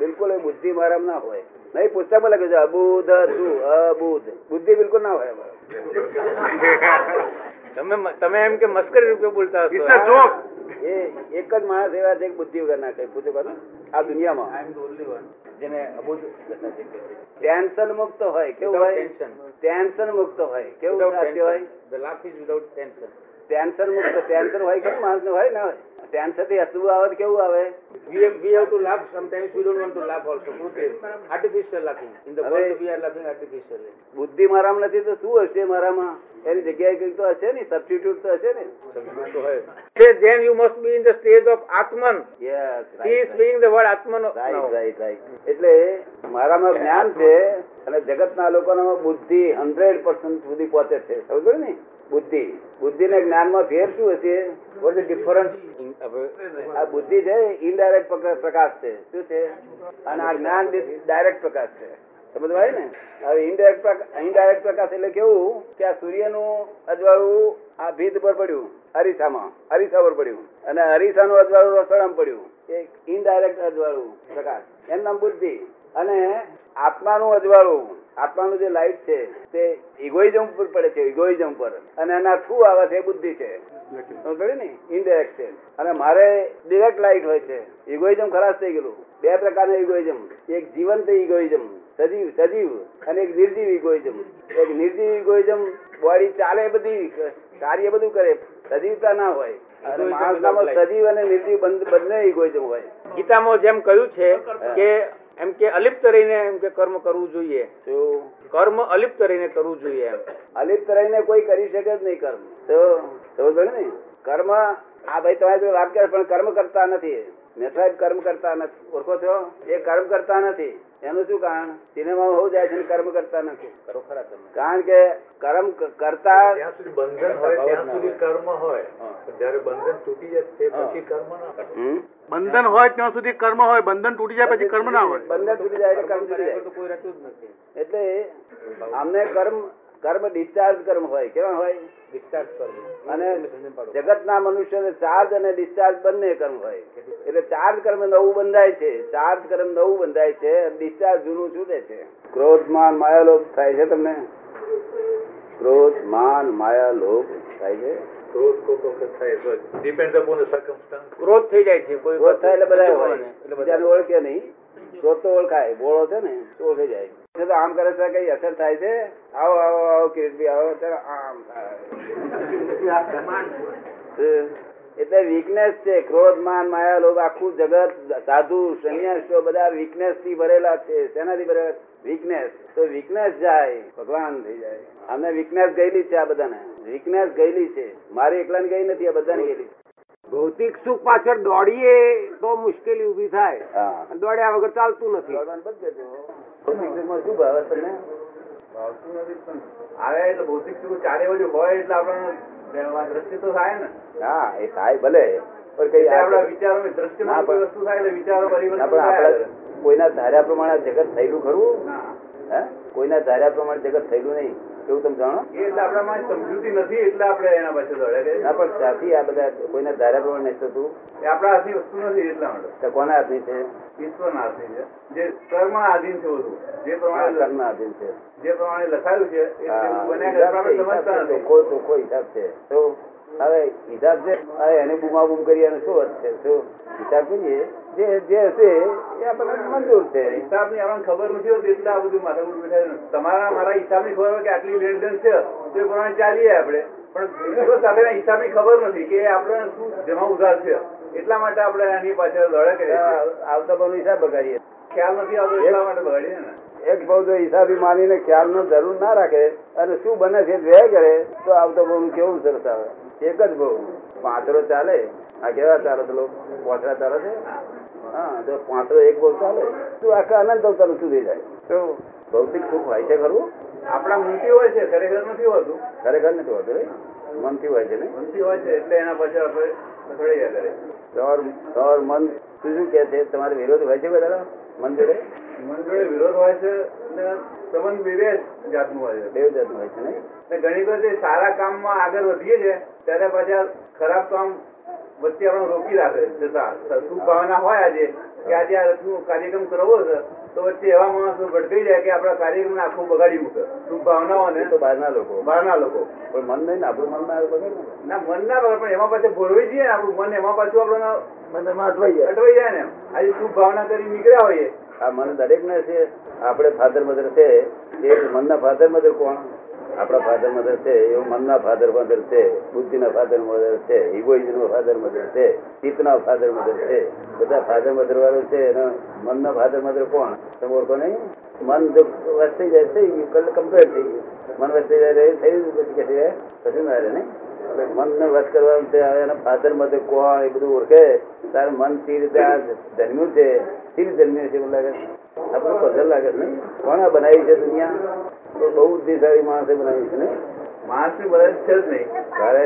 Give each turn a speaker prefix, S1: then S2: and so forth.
S1: બિલકુલ એ બુદ્ધિ મારામાં ના હોય નહીં પુસ્તકમાં લખ્યું છે અબુધ ધુ અબુધ બુદ્ધિ બિલકુલ ના હોય અમારે.
S2: તમે તમે એમ કે મસ્કરી રૂપે બોલતા હશો
S3: It's a joke.
S1: એ એક જ માણસ એવા છે કે બુદ્ધિ વગર ના કઈ પૂછો કરો આ દુનિયામાં જેને અબુધ ટેન્શન મુક્ત હોય કેવું
S2: Without
S1: હોય
S2: tension.
S1: ટેન્શન મુક્ત હોય કેવું
S2: Without
S1: સાચું હોય
S2: tension. The laugh is without tension.
S1: Tension મુક્ત ટેન્શન હોય કે માણસ હોય ના હોય ટેન્શન થી હસવું આવે તો કેવું આવે
S2: We have, we have to laugh sometimes. We don't want to laugh also. Truth is, artificial laughing. In the world, we are laughing artificially.
S1: બુદ્ધિ મારામાં નથી તો શું હશે મારામાં એની જગ્યાએ કંઈક તો હશે ને સબસ્ટિટ્યુટ તો હશે ને
S2: Say, then you must be in the stage of Atman.
S1: Yes
S2: He is being the word Atman of now.
S1: Right right right એટલે મારામાં જ્ઞાન છે અને જગતના લોકોનો બુદ્ધિ 100% સુધી પહોંચે છે સમજ પડી ને બુદ્ધિ બુદ્ધિ ને જ્ઞાનમાં ફેર શું હશે what is difference
S2: In, uh,
S1: આ બુદ્ધિ છે ઇનડાયરેક્ટ પ્રકાશ છે શું છે અને આ જ્ઞાન ડાયરેક્ટ પ્રકાશ છે સમજવાય ને હવે ઇનડાયરેક્ટ ઇનડાયરેક્ટ પ્રકાશ એટલે કેવું કે આ સૂર્યનું અજવાળું આ ભીત પર પડ્યું અરીસામાં અરીસા પર પડ્યું અને અરીસાનું અજવાળું રસોડામાં પડ્યું એક ઇનડાયરેક્ટ અજવાળું પ્રકાશ એમ નામ બુદ્ધિ અને આત્માનું અજવાળું આત્માનું જે લાઈટ છે તે ઇગોઇઝમ પર પડે છે ઇગોઇઝમ પર અને એના થ્રુ આવે છે એ બુદ્ધિ છે સમજ પડી ને ઇનડાયરેક્ટ છે અને મારે ડિરેક્ટ લાઈટ હોય છે ઇગોઇઝમ ખરાબ થઈ ગયેલું બે પ્રકારના ઇગોઇઝમ એક જીવંત ઇગોઇઝમ સજીવ સજીવ અને એક નિર્જીવ ઇગોઇઝમ એક નિર્જીવ ઇગોઇઝમ બોડી ચાલે બધી કાર્ય બધું કરે સજીવતા ના હોય અને
S2: Egoism
S1: માણસનામાં
S2: without life.
S1: સજીવ અને નિર્જીવ બંધ- બંને ઇગોઇઝમ હોય
S2: ગીતામાં જેમ કહ્યું છે કે એમ કે અલિપ્ત રહીને એમ કે કર્મ કરવું જોઈએ
S1: તો
S2: કર્મ અલિપ્ત રહીને કરવું જોઈએ એમ
S1: અલિપ્ત રહીને કોઈ કરી શકે જ નહીં કર્મ તો સમજ પડી ને કર્મ આ ભાઈ તમારી જોડે વાત કરે પણ કર્મ કરતા નથી મેં સાહેબ કર્મ કરતા નથી ઓળખો છો એ કર્મ કરતા નથી એનું શું કારણ સિનેમા હોવું જાય છે ને કર્મ કરતા નથી
S2: કરો ખરા તમે
S1: કારણ કે કર્મ ક- કરતા
S3: જ્યાં સુધી બંધન હોય ત્યાં સુધી કર્મ હોય પણ જ્યારે બંધન તૂટી જાય તે પછી કર્મ ના હોય.
S1: હમ?
S4: બંધન હોય ત્યાં સુધી કર્મ હોય બંધન તૂટી જાય પછી કર્મ ના હોય
S1: બંને છૂટી જાય એટલે કર્મ છૂટી જાય
S2: તો કોઈ રહેતું જ નથી
S1: એટલે અમને કર્મ કર્મ ડિસ્ચાર્જ કર્મ હોય કેવા હોય
S2: Discharge કરવું.
S1: અને
S2: તમે સમજી પાડો.
S1: જગતના મનુષ્યને ચાર્જ અને ડિસ્ચાર્જ બંને કર્મ હોય એટલે ચાર્જ કર્મ નવું બંધાય છે ચાર્જ કર્મ નવું બંધાય છે ડિસ્ચાર્જ જૂનું છૂટે છે ક્રોધ માન માયા લોભ થાય છે તમને ક્રોધ માન માયા લોભ થાય છે
S3: ક્રોધ કોક વખત થાય તો ડિપેન્ડ અપોન ધ સર્કમસ્ટન્સ
S2: ક્રોધ થઈ જાય છે કોઈ
S1: ક્રોધ થાય એટલે બધા હોય
S2: એટલે બધા
S1: બીજાને ઓળખે નહીં ક્રોધ તો ઓળખાય બોળો છે ને તો ઓળખી જાય એટલે તો આમ કરે છે કઈ અસર થાય છે આવો આવો આવો કિરીટભાઈ આવો ત્યારે આમ થાય એટલે વીકનેસ છે ક્રોધ માન માયા લોભ આખું જગત સાધુ સંન્યાસીઓ બધા વીકનેસ થી ભરેલા છે શેનાથી ભરેલા વીકનેસ તો વીકનેસ જાય ભગવાન થઈ જાય અમને વીકનેસ ગયેલી જ છે આ બધાને વીકનેસ ગયેલી છે મારી એકલાને ગઈ નથી આ બધાને ગયેલી છે.
S5: ભૌતિક સુખ પાછળ દોડીએ તો મુશ્કેલી ઊભી થાય
S1: હા
S5: અને દોડ્યા વગર ચાલતું નથી
S1: ભગવાન બચ જજો ભૌતિક સુખમાં શું ભાવે તમને
S3: આવે એટલે ભૌતિક સુખ ચારે બાજુ હોય એટલે આપણા દ્રષ્ટિ તો થાય ને
S1: હા એ થાય ભલે પણ કઈ આગળ-
S3: વિચારો
S1: ના, પણ- કોઈ
S3: વસ્તુ થાય એટલે વિચારો
S1: ના, પણ આપણા કોઈના ધાર્યા પ્રમાણે આ જગત થયેલું ખરું હે કોઈના ધાર્યા પ્રમાણે જગત થયેલું નહીં એવું તમે જાણો
S3: એટલે આપણામાં સમજૂતી નથી એટલે આપણે એના પાછળ
S1: ના પણ ત્યાંથી આ બધા કોઈના ધારા પ્રમાણે નહીં થતું
S3: એ આપણા હાથની વસ્તુ નથી એટલા માટે
S1: તો કોના હાથની છે
S3: ઈશ્વરના આધીન છે જે કર્મ આધીન છે બધું જે
S1: આ
S3: પ્રમાણે
S1: કર્મના હાથની છે
S3: જે પ્રમાણે લખાયું છે એ તેવું
S1: હિસાબ છે,
S3: બન્યા કરે. આપણે
S1: હિસાબ
S3: સમજતા
S1: છે,
S3: નથી
S1: ચોખ્ખો ચોખ્ખો હિસાબ છે તો હવે હિસાબ છે હવે એને બૂમાબૂમ કરી એનો શું અર્થ છે શું હિસાબ કરીએ જે જે હશે એ આપણને મંજૂર છે
S3: હિસાબની આપણને ખબર નથી હોતી એટલે આ બધું માથાકૂટ બેઠાય છે. તમારા મારા હિસાબની ખબર હોય કે આટલી લેણ દેણ છે તો એ પ્રમાણે ચાલીએ આપણે પણ ઈશ્વર સાથેના હિસાબની ખબર નથી કે આપણે શું જેમાં ઉધાર છે એટલા માટે આપણે આની પાછળ લડે કરીએ છીએ.
S1: આવતા પણ હિસાબ બગાડીએ
S3: ખ્યાલ નથી આવતો એટલા માટે બગાડીએ ને
S1: એક બહુ જો હિસાબી માનીને ખ્યાલનો જરૂર ના રાખે અને શું બને છે વે કરે તો આવતો બહુ કેવું સરસ આવે એક જ બહુ પાંચરો ચાલે આ કેવા ચાલે પેલો પોતરા ચાલે છે હા તો પાંચરો એક બહુ ચાલે શું આખા અનંત અવતાર સુધી જાય તો ભૌતિક સુખ હોય છે ખરું
S3: આપણા મૂર્તિ હોય છે ખરેખર નથી હોતું
S1: ખરેખર નથી હોતું રે. મનથી હોય છે ને
S3: મૂર્તિ હોય છે એટલે એના પાછળ આપણે લથડીયા કરે
S1: તમારું તમારું મન શું શું કહે છે તમારે વિરોધ હોય છે બધા મન જોડે
S3: મન જોડે વિરોધ હોય છે ને સંબંધ વિવેક જાતનું હોય છે
S1: દેવ જાતનું હોય છે નહીં
S3: ને ઘણી વખત એ સારા કામમાં આગળ વધીએ છે ત્યારે પાછા ખરાબ કામ વચ્ચે આપણે રોકી રાખે જતા શું ભાવના હોય આજે કે આજે આ રથનું કાર્યક્રમ કરવો છે તો વચ્ચે એવા માણસો ભટકાઈ જાય કે આપણા કાર્યક્રમને આખું બગાડી મૂકે શુભ ભાવનાઓને
S1: એ તો બહારના લોકો
S3: બહારના લોકો
S1: પણ મન નહીં ને આપણું મન ના આવે બગડે ને.
S3: ના મન ના બગડે, પણ એમાં પાછું ભોરવી જઈએ ને આપણું મન એમાં પાછું આપણને અટવાઈ જાય ને આજે શુભ ભાવના કરી નીકળ્યા હોઈએ
S1: આ મન દરેક ને છે આપણે ફાધર મધર છે એ મનના ફાધર મધર કોણ આપણા ફાધર મધર છે એવું મનના ફાધર મધર છે બુદ્ધિના ફાધર મધર છે ઇગોઇઝમના ફાધર મધર છે ચિત્તના ફાધર મધર છે બધા ફાધર મધર વાળો છે એના મનના ફાધર મધર કોણ તમે ઓળખો નહીં મન જો વસ્તી જાય થઈ ગયું કલ કમ્પ્લેટ થઈ ગયું મન વસ્તી જાય રહી થઈ ગયું પછી કે છે, કશું ના રહે નહીં એટલે મનને વશ કરવાનું છે હવે એના ફાધર મધર કોણ એ બધું ઓળખે તારે મન સી રીતે આ જન્મ્યું છે સી રીતે જન્મ્યું છે એવું લાગે છે? આપણું પઝલ લાગે છે નહીં કોણ આ બનાવી છે દુનિયા તો બહુ બુદ્ધિશાળી માણસે બનાવી છે ને
S3: માણસની બળદ છે જ નહીં
S1: તારે